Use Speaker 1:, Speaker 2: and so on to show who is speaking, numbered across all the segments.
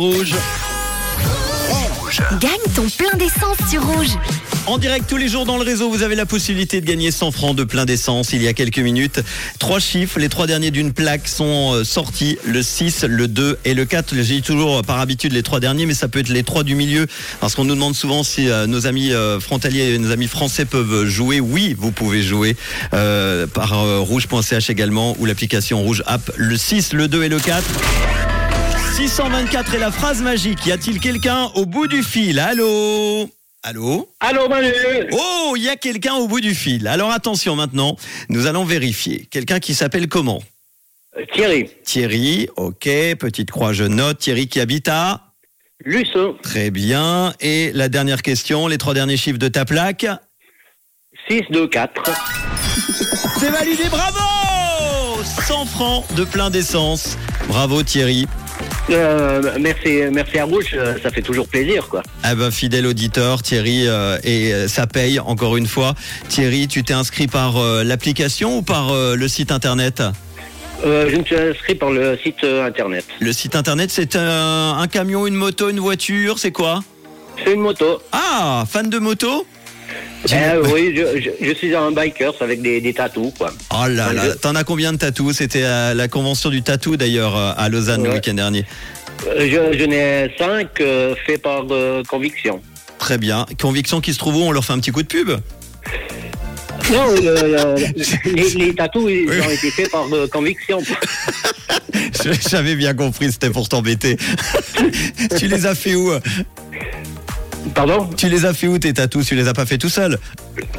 Speaker 1: Rouge.
Speaker 2: Gagne ton plein d'essence sur rouge.
Speaker 1: En direct tous les jours dans le réseau, vous avez la possibilité de gagner 100 francs de plein d'essence il y a quelques minutes. Trois chiffres, les trois derniers d'une plaque sont euh, sortis, le 6, le 2 et le 4. J'ai toujours euh, par habitude les trois derniers, mais ça peut être les trois du milieu, parce qu'on nous demande souvent si euh, nos amis euh, frontaliers et nos amis français peuvent jouer. Oui, vous pouvez jouer euh, par euh, rouge.ch également ou l'application rouge app, le 6, le 2 et le 4. 624 est la phrase magique. Y a-t-il quelqu'un au bout du fil Allô Allô
Speaker 3: Allô Manu Euh,
Speaker 1: Oh, il y a quelqu'un au bout du fil. Alors attention maintenant, nous allons vérifier. Quelqu'un qui s'appelle comment
Speaker 3: Thierry,
Speaker 1: Thierry, ok, petite croix, je note. Thierry qui habite à
Speaker 3: Luçon,
Speaker 1: Très bien. Et la dernière question, les trois derniers chiffres de ta plaque
Speaker 3: 6, 2, 4.
Speaker 1: C'est validé, bravo 100 francs de plein d'essence. Bravo Thierry.
Speaker 3: Euh, merci, merci à Rouge, euh, ça fait toujours plaisir quoi.
Speaker 1: Ah ben, fidèle auditeur, Thierry, euh, et euh, ça paye encore une fois. Thierry, tu t'es inscrit par euh, l'application ou par euh, le site internet
Speaker 3: Euh, je me suis inscrit par le site euh, internet.
Speaker 1: Le site internet, c'est un, un camion, une moto, une voiture, c'est quoi
Speaker 3: C'est une moto.
Speaker 1: Ah, fan de moto Tu-
Speaker 3: Eh oui, je, je- je suis un biker avec des, des tatous quoi.
Speaker 1: Oh là là,
Speaker 3: Je-
Speaker 1: t'en as combien de tatous C'était à la convention du tatou d'ailleurs euh, à Lausanne le
Speaker 3: Ouais.
Speaker 1: week-end dernier.
Speaker 3: Euh, Je, je n'ai 5 faits par euh, conviction.
Speaker 1: Très bien. Conviction qui se trouve où On leur fait un petit coup de pub
Speaker 3: Non, euh, euh, les, les tatous ils ont été faits par euh, conviction.
Speaker 1: Je- J'avais bien compris, c'était pour t'embêter. tu les as fait où
Speaker 3: Pardon
Speaker 1: Tu les as fait où tes tatous Tu les as pas fait tout seul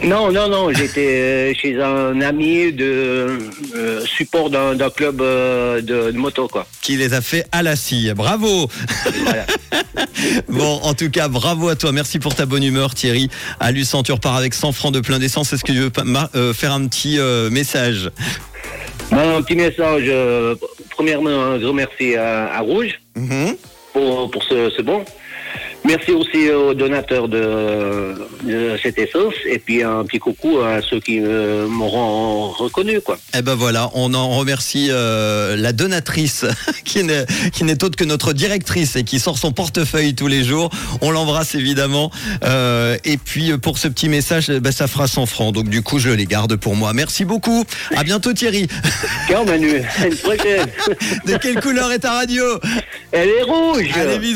Speaker 3: Non, non, non, j'étais euh, chez un ami de euh, support d'un d'un club euh, de- de moto quoi.
Speaker 1: qui les a fait à la scie. Bravo
Speaker 3: Voilà.
Speaker 1: Bon, en tout cas, bravo à toi. Merci pour ta bonne humeur, Thierry. À Luçon, tu repars avec 100 francs de plein d'essence. Est-ce que tu veux pas- ma- euh, faire un petit euh, message
Speaker 3: Un petit message. euh, Premièrement, un grand merci à, à Rouge pour, pour ce, ce bon. Merci aussi aux donateurs de, de cette essence. Et puis un petit coucou à ceux qui euh, m'auront reconnu. quoi.
Speaker 1: Eh ben voilà, on en remercie euh, la donatrice qui n'est qui n'est autre que notre directrice et qui sort son portefeuille tous les jours. On l'embrasse évidemment. Euh, et puis euh, pour ce petit message, eh ben, ça fera 100 francs. Donc du coup, je les garde pour moi. Merci beaucoup. À bientôt, Thierry.
Speaker 3: Ciao Manu, à une prochaine.
Speaker 1: De quelle couleur est ta radio
Speaker 3: Elle est rouge
Speaker 1: Allez, bisous.